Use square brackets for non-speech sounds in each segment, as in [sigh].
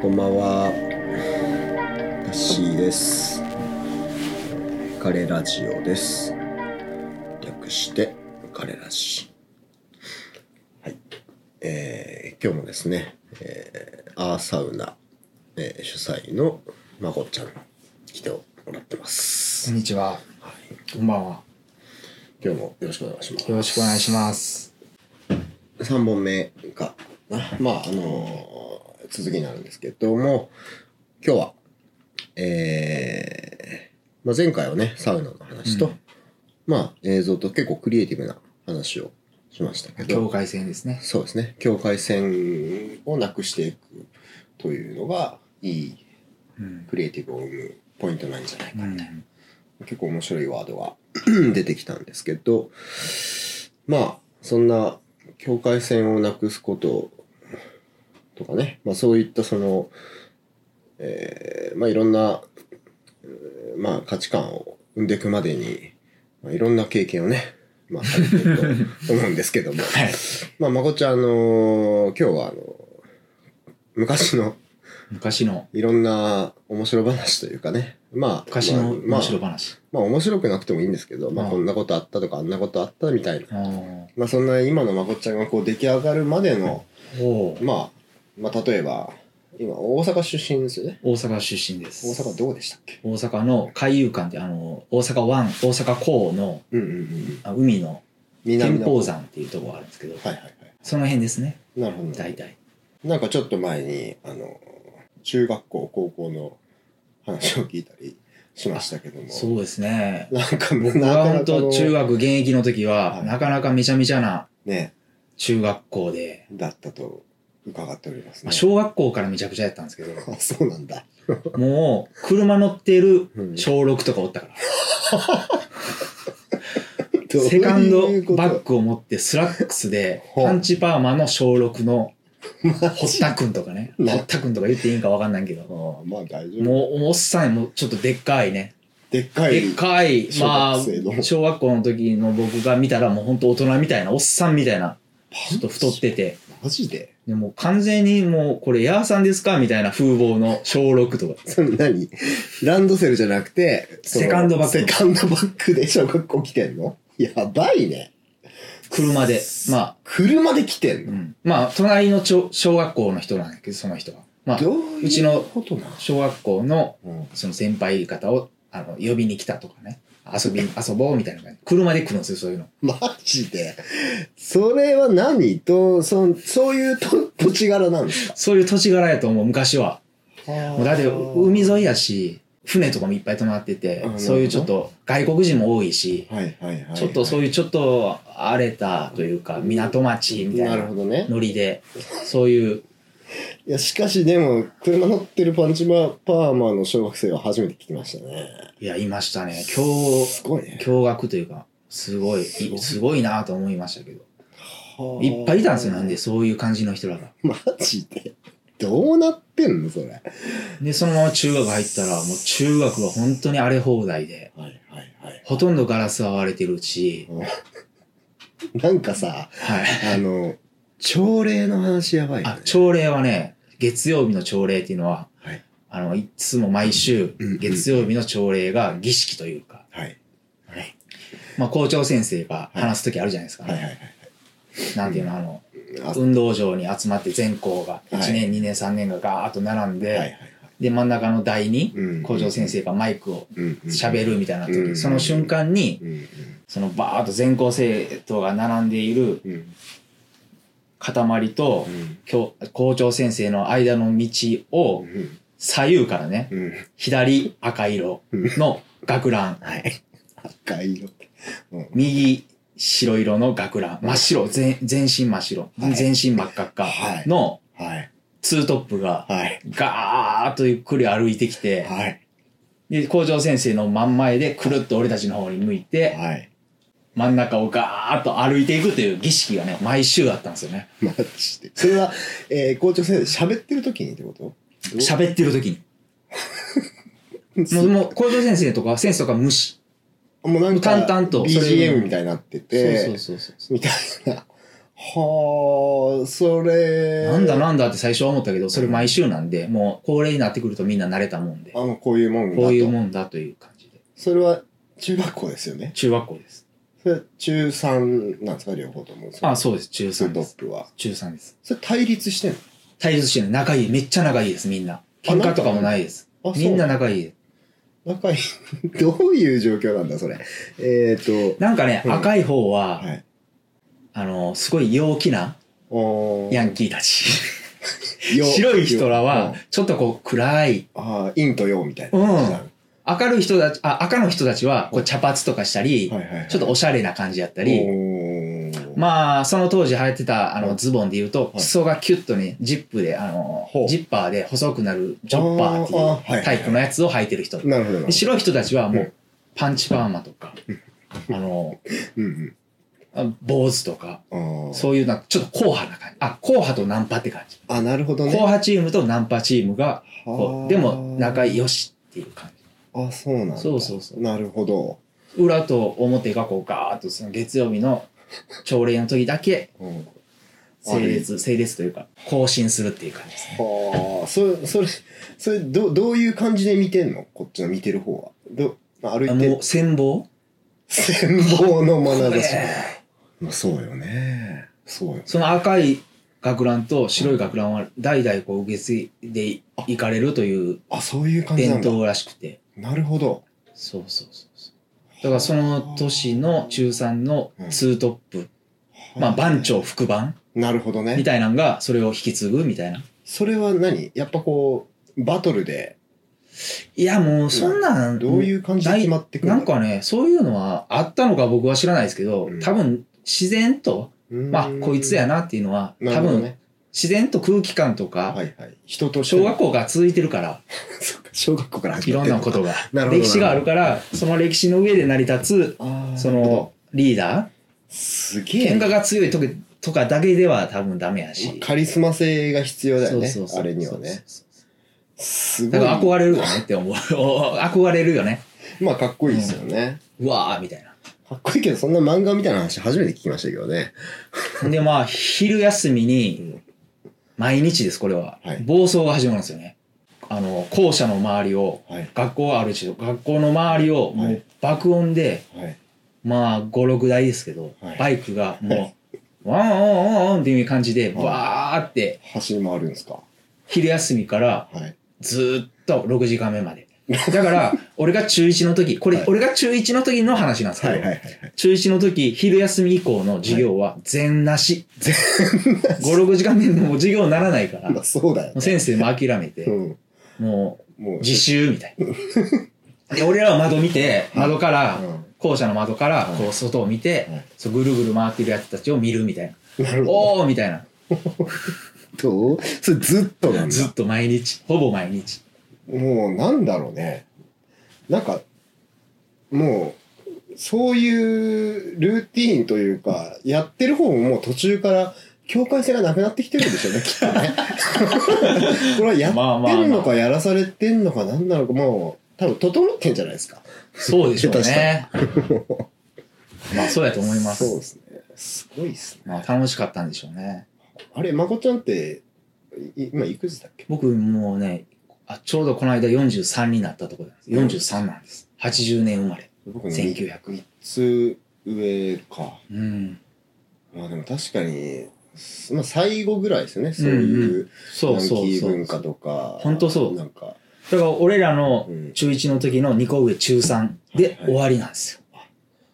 こんばんは。タッシーです。カレラジオです。略して、カレラジ。はい。えー今日もですね、えーアーサウナ、えー主催のまこちゃん、来てもらってまこす。んにちは。こんばんは。今日もよろしくお願いします。よろしくお願いします。 3本目かな。まあ、あのー続きになるんですけども、今日は、えーまあ、前回はね、サウナの話と、うんまあ、映像と結構クリエイティブな話をしましたけ境ど、界線ですね。そうですね、境界線をなくしていくというのが、いいうん。クリエイティブを生むポイントなんじゃないかうな。ん。結構面白いワードが [clears throat] 出てきたんですけど、まあ、そんな境界線をなくすこととかね、まあそういったその、えーまあいろんな、えーまあ価値観を生んでいくまでに、まあ、いろんな経験をね、まあされてると思うんですけども、 [laughs] はい。まあまこちゃん、あのー今日はあの昔の昔の、いろんな面白話というかね、まあ、昔のまあ面白話。まあ面白くなくてもいいんですけど、まあうんこんなことあったとかあんなことあったみたいな。おまあそんな今のまこっちゃんがこう出来上がるまでの、お。まあ、まあ例えば、今大阪出身ですよね。大阪出身です。大阪どうでしたっけ大阪の海遊館って、あの、大阪湾、大阪港のうんうんうん。あ海の南天の。保山っていうところがあるんですけど、はいはいはい。その辺ですね。なるほど。大体。なんかちょっと前に、あの、中学校、高校の話を聞いたりしましたけども。そうですね。なんか、なか僕なはか本当の中学現役の時はは、いなかなかめちゃめちゃなね、中学校で、だったと伺っておりますまね。あ小学校からめちゃくちゃやったんですけど、 [laughs] あそうなんだ。もう、車乗ってるうん小6とかおったから。どういうセカンドことバッグを持ってスラックスで、ほうパンチパーマの小6の、堀田くんとかね。な堀田くんとか言っていいんかわかんないけど。もああまあ大丈う、夫。もうおっさん、もうちょっとでっかいね。でっかい。でっかい、小まあ学生の、小学校の時の僕が見たらもうほんと大人みたいな、おっさんみたいな、ちょっと太ってて。マジででもう完全にもう、これヤーさんですかみたいな風貌の小6とか。その何ランドセルじゃなくて、そのセカンドバッグセカンドバッグで小学校来てんのやばいね。車で。まあ、車で来てんうの、んまあ、隣のちょ小学校の人なんだけど、その人は。まあ、どういううちのことなの小学校のうんその先輩方をあの呼びに来たとかね。遊び、遊ぼうみたいな感じ。車で来るんですよ、そういうの。マジでそれは何とそのそういうと土地柄なんですかそういう土地柄やと思う、昔は。もうだって、海沿いやし、船とかもいっぱい泊まっててあ、そういうちょっと外国人も多いし、はいはいはいちょっとそういういうちょっと荒れたというか、港町みたないるなほどねノリで、そういう、いやしかしでも車乗ってるパンチマパーマの小学生は初めて聞きましたねいや、いましたね。今日、すごいね驚愕というか、すごい、すごいいすごいなと思いましたけど。はあいっぱいいたんですよ、なんで、そういう感じの人らが。マジでどうなってんのそれ。はいで、そのまま中学入ったら、もう中学は本当に荒れ放題で、はいはい。ほとんどガラスは割れてるし、 [laughs] なんかさ、はい。あの、朝礼の話やばいよあね、。朝礼はね、月曜日の朝礼っていうのは、はいあの、いつも毎週うんうん、月曜日の朝礼が儀式というか、はい。はい。まあ、校長先生が話す時あるじゃないですか、はいはいはい。なんていうの、あの、あ運動場に集まって全校が、1はい年、2年、3年がガーッと並んはいで、はいはい。で、真ん中の台に、うん校長先生がマイクをうんうん喋るみたいな時、うんその瞬間に、うんそのバーッと全校生徒が並んでいるうん。うん塊とう、ん教校長先生の間の道をうん左右からね、うん。左赤色の学ラン、はい。赤色。うん右白色の学ラン、真っ白、全全身真っ白、はい全身真っ赤っかはいのはい。ツートップがはい。ガーッとゆっくり歩いてきて、はい。で、校長先生の真ん前でくるっと俺たちの方に向いて、はい。真ん中をガーッと歩いていくという儀式がね、毎週あったんですよね。 [laughs] マジで。それは、えー校長先生喋ってる時にってこと喋ってる時に。 [laughs] もう、もう、校長先生とか、先生とか無視。もうなんか、淡々とそれ BGM みたいになってて、そうそうそうそう。みたいな。はあ、それ。なんだなんだって最初は思ったけど、それ毎週なんで、もう恒例になってくるとみんな慣れたもんで、あ、こもうこういうもんだと。ういうもんだという感じで。それは中学校ですよね。中学校です。それ中3なんですか、両方とも。あ、そうです。中ス3トでッす。プは。中3です。それ対立してんの対立してない。仲いい。めっちゃ仲いいです、みんな。喧嘩とかもないです。あ、そうみんな仲いい。仲いい。 [laughs] どういう状況なんだ、それ。えっ、ー、と。なんかね、うん赤い方は、はい。あの、すごい陽気なおヤンキーたち。白い人らは、ちょっとこう暗い。ああ、陰と陽みたいな。うんは明るい人たち、あ、赤の人たちは、こう茶髪とかしたりい、はいはい。ちょっとおしゃれな感じやったり、おーまあ、その当時流行ってたあはのいズボンで言うと、い裾がキュッとね、ジップで、あのほう、ジッパーで細くなるジョッパーってあーあーはいいうタイプのやつを履いてる人。なるほどなで。白い人たちはもうう、パンチパーマとか、あの、うん坊主とか、うん。あーそういうなんかちょっと硬派な感じ。あ、硬派とナンパって感じ。あ、なるほどね。硬派チームとナンパチームが、あこーうでも仲良しっていう感あ、そうなんだ。そうそうそうなるほど。じ。裏と表がこうガーッとその月曜日の朝礼の時だけうん整列、整列というか、更新するっていう感じですね。はあ、それ、それ、それ、どう、どういう感じで見てんのこっちの見てる方は。ど、歩あいもてう、、戦望戦望の眼差しこ。れまあ、そうよね。そうよ。その赤い学ランと白い学ランは代々こう受け継いでいかれるというあ、そういう感じな伝んだ。統らしくて。なるほど。そうそうそうそう。だからその年の中3のツートップ、まあ番長副番なるほどみね。たいなのがそれを引き継ぐみたいな。それは何やっぱこう、バトルで、いやもうそんなん、どういう感じで決まってくるなんかね、そういうのはあったのか僕は知らないですけど、うん多分自然と、まあこいつやな。なっていうのは、な多るほど分ね。自然と空気感とか、はいはい。人として小の学校が続いてるから、 [laughs] そっか小学校からい始まろっんてなことが [laughs] なるほど歴史があるからその歴史の上で成り立あーつそなるほどのリーダすーげえ喧な嘩が強い時とかだけでは多分ダメやし、カリスマ性が必要だよねそうそうそうあれにはねすごだいから憧れるよねって思う [laughs] 憧れるよねまあかっこいいですよね、うわーみたいなかっこいいけどそんな漫画みたいな話初めて聞きましたけどね [laughs] でまあ昼休みうにん毎日ですこれは、はい暴走が始まるんですよねあの校舎の周りをはい学校はあるし学校の周りをもはうい爆音で、はいまあ56台ですけど、はいバイクがもう、ワンワンワンワンっていう感じで、はいわーって、走り回るんですか昼休みからはいずーっと6時間目まで。だ [laughs] から、俺が中1の時、これ、はい俺が中1の時の話なんですけど、はい中1の時、昼休み以降の授業は全なし。5、6時間目もう授業にならないから、まもあ [laughs] そうだようね先生も諦めうて、んももうう自習みたいな。で、俺らは窓見て、窓かうら、ん校舎の窓からはいこう外を見て、はいそうぐるぐる回ってるやつたちを見るみたいななるほおーみたいなどそれずっとなんずっだと毎日ほぼ毎日もうなんだろうねなんかもうそういうルーティーンというかやってる方ももう途中から境界線がなくなってきてるんでしょう [laughs] ねきっとねこれはやまあっまてあるのまかやらされてんのか何なのかもう多分整ってんじゃないですかそうでしょう下手ねまあそうやと思いまそうですすねすごいですねまあ楽しかったんでしょうねあれまこちゃんってい今いくつだっけ僕もうねあちょうどこの間43になったところなんです43なんです80年生まれ僕1900 3つ上かうんまあでも確かに、すまあ、最後ぐらいですよね、そういうヤそンうキそうーそ文う化とか。ほんとそうなんか、だから俺らのうん中1の時の2個上中3で終わりなんですよ、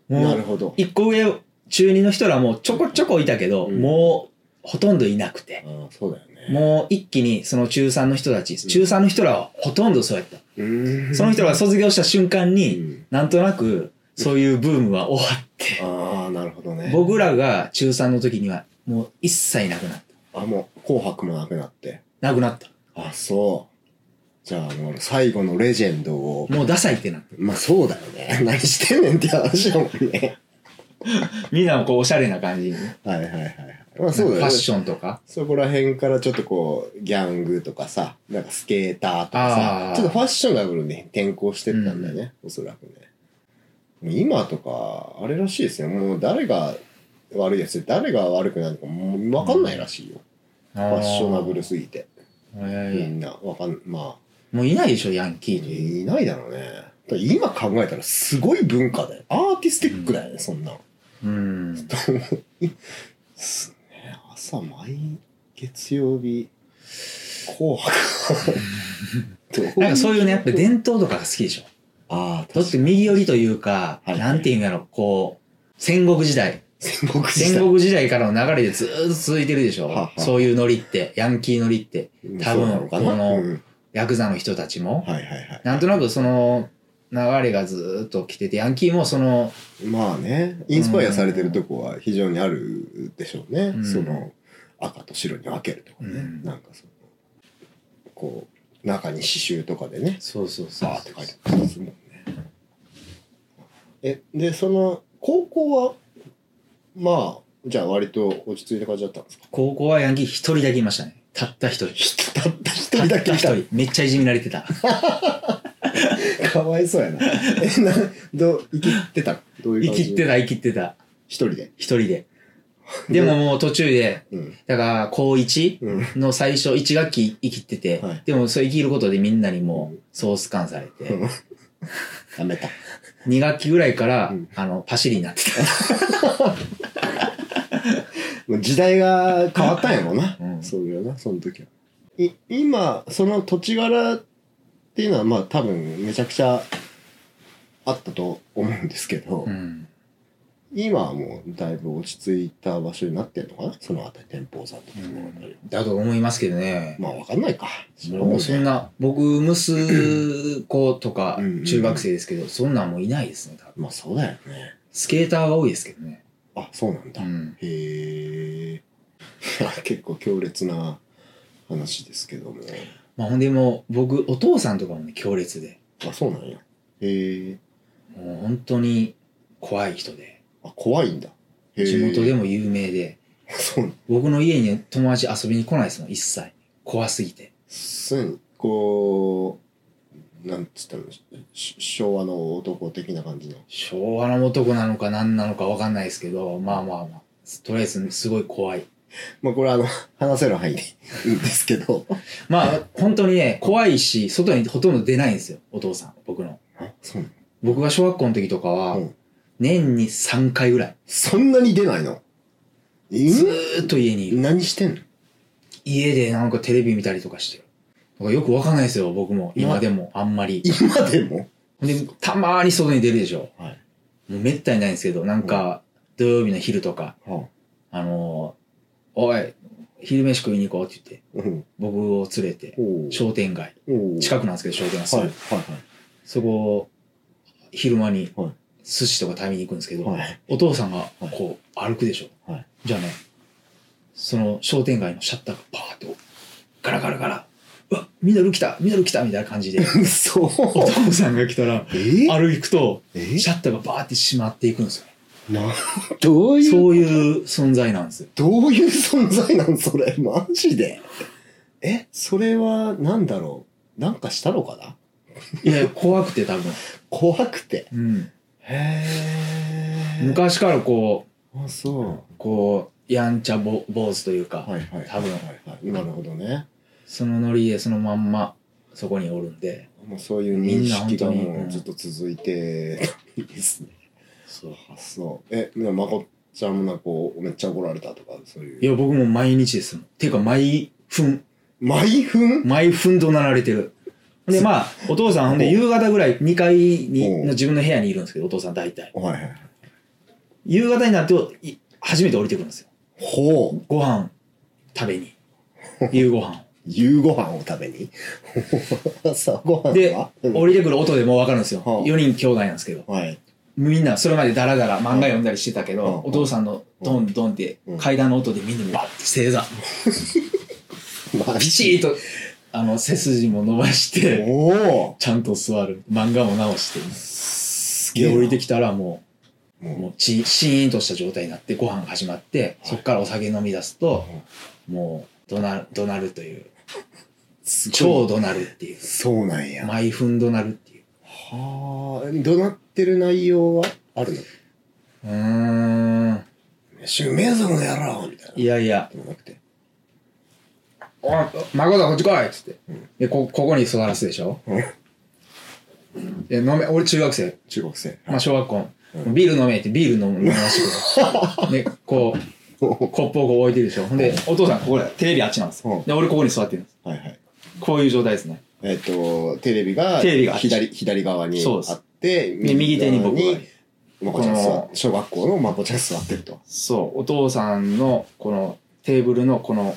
もうなるほど。一個上中二の人らもちょこちょこいたけど、うんもうほとんどいなくて、ああ、そうだよね。もう一気にその中三の人たち、ん中三の人らはほとんどそうやった、うーんその人らが卒業した瞬間に、うんなんとなくそういうブームは終わって、ああ、なるほどね。僕らが中三の時にはもう一切なくなっあ、もう、紅白もなくなって。たなくなったあ、そう。じゃあ、もう、最後のレジェンドを。もうダサいってなったまあ、そうだよね。何してんねんって話だもんね。みんなもこうおしゃれな感じに、はいはいはいはい。まあ、そうだフよァね。ッションとかそこら辺からちょっとこう、ギャングとかさ、なんかスケーターとかさあー、ちょっとファッションな部分に転向してったんだよね、おそらくね。もう今とか、あれらしいですよ。もう誰が悪いやつって誰が悪くなるのかもう分かんないらしいよ、フファッショナブルすぎてみえんな分かんまあえもういないでしょヤンキーといういないだろうねだから今考えたらすごい文化だよアーティスティックだよね、そんなのうんすね朝毎月曜日紅 [laughs] 白どういうなんかそういうねやっぱ伝統とかが好きでしょああだって右寄りというか、はいなんていうんやろこう戦国時代戦国時戦代国時代からの流れでずーっと続いてるでしょ、ははそういうノリってヤンキーノリって多そ分うなのかなこのうんヤクザの人たちも、はいはいはいなんとなくその流れがずーっと来ててヤンキーもそのまあねインスパイアされてるとこは非常にあるでしょうね、うんその赤と白に分けるとかね、うんなんかそのこう中に刺繍とかでねそうそうそうバーって書いてあるんですもんねえでその高校はまあじゃあ割と落ち着いた感じだったんですか高校はヤンキー一人だけいましたねたった一人たった [laughs] 一人たっだたけ一いた人めっちゃいじめられ [laughs] てたかわいそうやなえなどう生きてたどういう生感じきてた生きてた一人で一人ででももう途中でうんだから高1うんの最初1学期生きてて、はいでもそれ生きることでみんなにもうソース感されて、やめた2学期ぐらいから、うんあのパシリになってたもう時代が変わったんや [laughs] ろうな、うんそうだよなその時はい今その土地柄っていうのはまあ多分めちゃくちゃあったと思うんですけど、うん今はもうだいぶ落ち着いた場所になってんのかなその辺り天保山とかその辺り、だと思いますけどねまあわかんないかもうそんな僕息子とかうん中学生ですけど、そんなんもういないですね多分まあそうだよねスケーターが多いですけどね、あそうなんだ、うんへえ [laughs] 結構強烈な話ですけどもまあ、ほんでもう僕お父さんとかもね強烈であそうなんやへえもう本当に怖い人であ怖いんだへー地元でも有名で [laughs] そうなん僕の家に友達遊びに来ないですもん一切怖すぎてすんこうなんつったのし昭和の男的な感じの昭和の男なのか何なのか分かんないですけどまあまあまあとりあえずすごい怖いまあこれはあの話せる範囲でいいんですけ [laughs] どまあ本当にね怖いし外にほとんど出ないんですよお父さん僕のあそうなの僕が小学校の時とかはうん年に3回ぐらいそんなに出ないのずえーっと家にいる何してんの家でなんかテレビ見たりとかしてるだからよく分かんないですよ僕も今でもあんまり今でもでたまーに外に出るでしょはい、もうめったにないんですけどなんか土曜日の昼とかはあのーおい昼飯食いに行こうって言っあ、てうん僕を連れておう商店街おう近くなんですけど商店街すはぐ、いはいそこ昼間にはい寿司とか食べに行くんですけど、はいはいお父さんがこう歩くでしょ、はいじゃあねその商店街のシャッターがパーッとガラガラガラうわミドル来たミドル来たみたいな感じで [laughs] そうお父さんが来たらえー、歩くとえシャッターがバーって閉まっていくんですよな [laughs] どういうそういう存在なんですよどういう存在なんそれ [laughs] マジでえそれはなんだろうなんかしたのかないやいや怖くて多分、怖くてうん、へえ昔からこあそうこうやんちゃぼ坊主というか、うはいはい多分はいはいなるほどねそのノリでそのまんまそこにおるんでもうそういう認識がみんな本当にもうんうずっと続いていいですねそうあそうえでもまこちゃんもなんかこうめっちゃ怒られたとかそういういや僕も毎日ですもんていうか毎分毎分毎分怒鳴られてるでまあお父さんほんでお夕方ぐらい2階におの自分の部屋にいるんですけどお父さん大体はいはい夕方になるとい初めて降りてくるんですよほうご飯食 [laughs] べに夕ご飯夕ご飯を食べに [laughs] 朝ご飯はでうん降りてくる音でもう分かるんですよはあ4人兄弟なんですけどはいみんなそれまでダラダラ漫画読んだりしてたけはあどお父さんのドンドンってうん階段の音でみんなバッて正座マピチーとあの背筋も伸ばしておおちゃんと座る漫画も直してすで降りてききたらももうもううチシーンとした状態になってご飯が始まってそこからお酒飲み出すともう怒鳴る怒鳴るというすごい超怒鳴るっていうそうなんやは毎分怒鳴るっていうあ怒鳴ってる内容はあるのうーん主民族の野郎みたいな。いやいや、でもなくて。おい、孫だ、こっち来いっつってうん。で、こ、ここに座らすでしょうんで、飲め、俺中学生。中国製。まあ、小学校う。んビール飲めってビール飲む飲まし [laughs] てくれ。で、こう、はコップをこう置いてるでしょ。ほんで、お父さんここで、テレビあっちなんですうんよ。で、俺ここに座ってるんです。いはい。こういう状態ですね。えっ、と、テレビがテレビが左左側にそうですあって、で、右手に僕が側。まこちゃん座っこの小学校のまこちゃん座ってると。そう、お父さんの、この、テーブルの、この、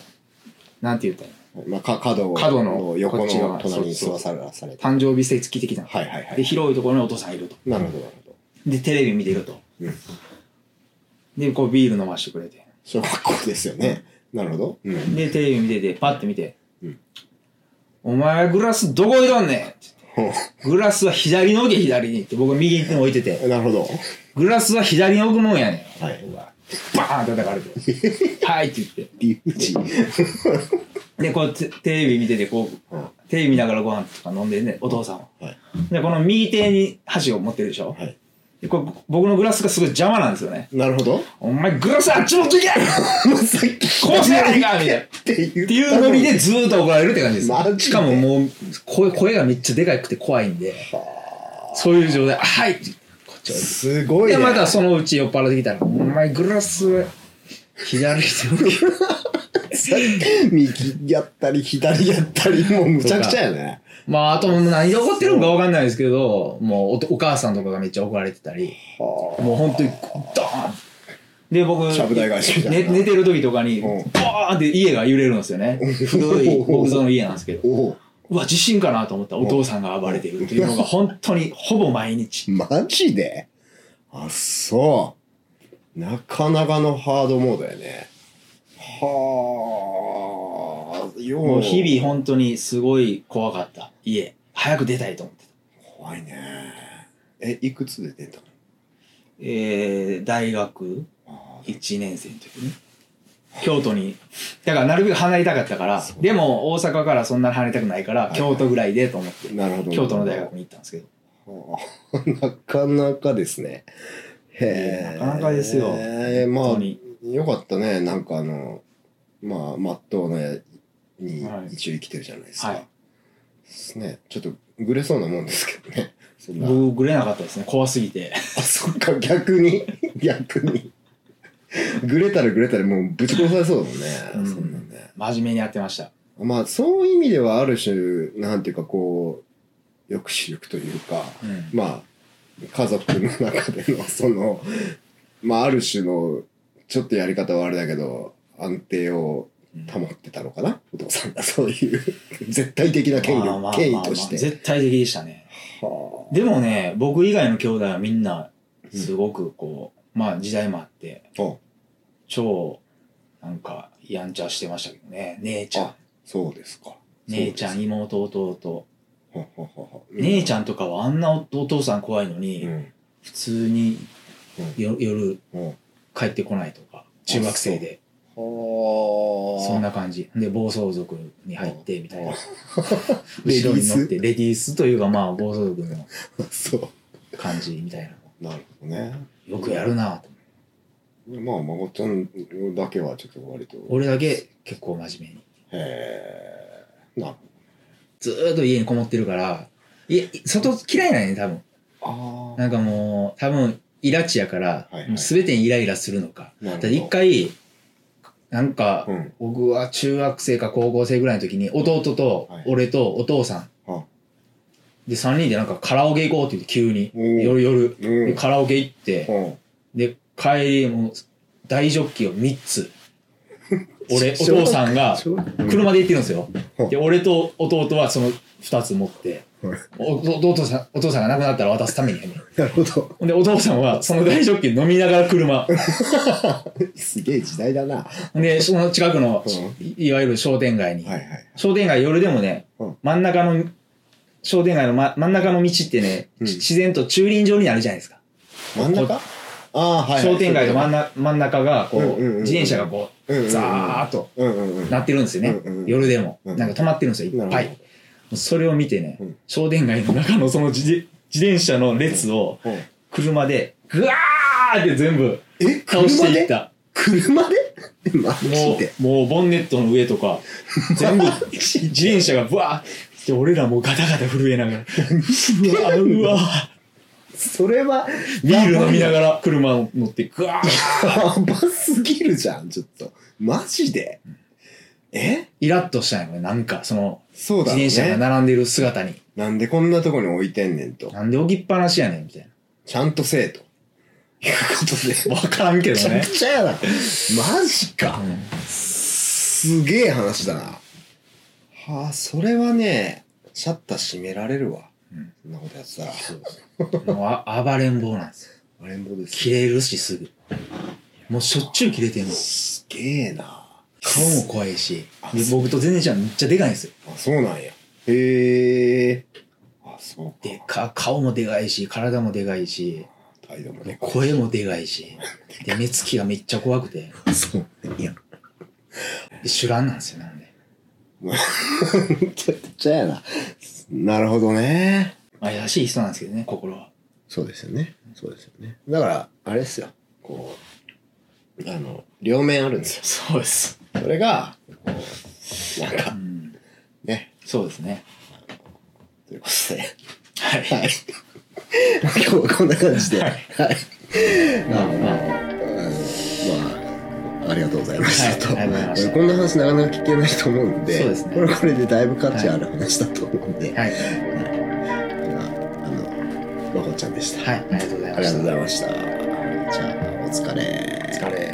なんて言ったらいいまあ、か角を角の横こっちの側隣にそ座うそうされて。の誕生日席付き的な。はいはいはで、い。広いところにお父さんいると。なるほどなるほど。で、テレビ見てると。うんで、こう、ビール飲ましてくれて。小学校ですよね。なるほど。うん。 [laughs] で、テレビ見てて、パッて見て、うんお前はグラスどこ置いとんねんってほグラスは左に置け、左にって、僕は右に置いてて、うなるほど。グラスは左に置くもんやねん。はい僕はバーンって叩かれ [laughs] て、はいって言って。理不尽。で、こうテ、テレビ見てて、こう、うんテレビ見ながらご飯とか飲んでんね、お父さんは。はい。で、この右手に箸を持ってるでしょ。はい。で、こう僕のグラスがすごい邪魔なんですよね。なるほど。お前グラスあっち持ってけもうさっきこうせやないかみたいな。って言っっていうノリでずーっと怒られるって感じです。マジでしかももう声、声がめっちゃでかくて怖いんで、そういう状態、あはいってこっちおいですごいで、ね。またそのうち酔っ払ってきたら、お前グラス、左手を [laughs] 右やったり左やったりもうむちゃくちゃやね。まあ、あともう何で怒ってるのかわかんないですけど、もうおとお母さんとかがめっちゃ怒られてたり、はもう本当にドーンで、僕、ちゃぶ台返しみたいな寝寝てる時とかに、うんバーンって家が揺れるんですよね。古い木造の家なんですけどあ。。おお。うわ、地震かなと思ったらお父さんが暴れているというのが本当にほぼ毎日。マジであ、そう。なかなかのハードモードやね。はあ。よもう日々本当にすごい怖かった。家。早く出たいと思ってた。怖いね。え、いくつで出たのえー、大学あー1年生の時ね。京都に。だからなるべく離れたかったからそ、うでも大阪からそんなに離れたくないからは、い京都ぐらいでと思って、なるほど。京都の大学に行ったんですけど。はあ。な [laughs] かなかですね。へえ。なかなかですよえーま本あ当、に。よかったね、なんかあの、まあ、まっとうなやにはい一応生きてるじゃないですか。はいですね。ちょっと、ぐれそうなもんですけどね。 [laughs] そんな。僕、ぐれなかったですね。怖すぎて。 [laughs] あ、そっか、逆に。 [laughs] 逆に。ぐれたらぐれたらもうぶち殺されそうだもんね。うんそんなんね。真面目にやってました。まあ、そういう意味ではある種、なんていうかこう、抑止力というか、うん。まあ、家族の中での、その、まあ、ある種の、ちょっとやり方はあれだけど、安定を保ってたのかな、お父さんがそういう [laughs] 絶対的な権まあまあまあま力あ権威として。絶対的でしたね。はでもね、僕以外の兄弟はみんな、すごくこう、まあ時代もあって、ああ超、なんか、やんちゃしてましたけどね。姉ちゃんあ。そうですか。姉ちゃん、妹、弟。そうですか。はははは姉ちゃんとかはあんなおお父さん怖いのに、うん普通によ夜うん帰ってこないとか、中学生で、はあ。そんな感じ。で、暴走族に入って、みたいなあ。レディ [laughs] 後ろーに乗っスて、レディースというか、まあ、暴走族の [laughs] そ感じみたいな。う。なるほどね。よくやるなと。まあ、孫ちゃんだけはちょっと割と。俺だけ結構真面目に。へえ。なるずーっと家にこもってるから、いや、外嫌いなんやね、多分。ほど。あなんかもう、多分、イラチやからはいはい、もう全てにイライラするのか。あ。なるだほかどら一。回、なんかう、ん。僕は中学生か高校生ぐらいの時に、弟とはい、俺とお父さあん。で、3人でなんかカラオケ行こうって言って、急に。おー夜、夜。うでん。カラオケ行って、うんで、帰り、もう、大ジョッキを3つ。 [laughs] 俺、おちょ父さんが、車で行ってるんですようん。で、俺と弟はその2つ持って、はいおおお父さん、お父さんが亡くなったら渡すために。なるほど。 [laughs] ほんで、お父さんはその大ジョッキ飲みながら車。すげえ時代だな。はほんで、その近くの、ういいわゆる商店街いに。はい。商店街夜でもね、うん真ん中の、商店街の、ま、真ん中の道ってね、うんち自然と駐輪場になるじゃないですか。真ん中ああ、はいはい。商店街の真ん中真ん中が、こう、うんうんうんうん自転車がこうんうんうう、んザーッとうんうんうん。なってるんですよね。うんうん夜でも。うんなんか止まってるんですよ、いっぱい。なるもうそれを見てね、うん商店街の中のその自自転車の列をうん車で、ぐわーって全部え、倒して車いっでた。車でマジもで。う、もうボンネットの上とか、 [laughs] 全部、自転車がブワーって、俺らもうガタガタ震えながら、うわうわそれは、ビール飲みなががら車を乗って、グワーら。やばすぎるじゃん、ちょっと。マジで。えイラッとしたんやろね、なんか、その、そう自だろう転車ね。が並んでる姿に、なんでこんなとこに置いてんねんと。なんで置きっぱなしやねん、みたいちゃんとせえと。いうことで。な。わからんけめどちゃねく。ちゃやな。マジか。うんすげえ話だな。はあ、それはね、シャッター閉められるわ。うんそんなことやってたら。もうあ暴れん坊なんですよ。あれもです切ね。れるし、すぐ。もうしょっちゅう切れてんの。すげえな。顔も怖いし、で僕と全然じゃんめっちゃでかいんですよ。あ、そうなんや。へえ。あ、そうでか。か、顔もでかいし、体もでかいし、態度もね。声もでかいし、で、目つきがめっちゃ怖くて、そう。いや。で主覧なんですよ、なんで。めちゃくちゃやな。なるほどね。まあ、優しい人なんですけどね、心は。そうですよね。そうですよね。だから、あれですよ。こう、あの、両面あるんですよ。そうです。それが、こう、なんうか、ん。ね、そうですね。ということで。はい。はい。今日は [laughs] こんな感じで。ははいい。まあまあ、まあ、ありがとうございましたと。はいありがとうございましたこんな話なかなか聞けないと思うんで、そうですねこれはこれでだいぶ価値ある話だと思うんで、はい。まああの、まこちゃんでした。はい。ありがとうございあまりがとうしごたざい。ました。じゃあ、お疲れ。お疲れ。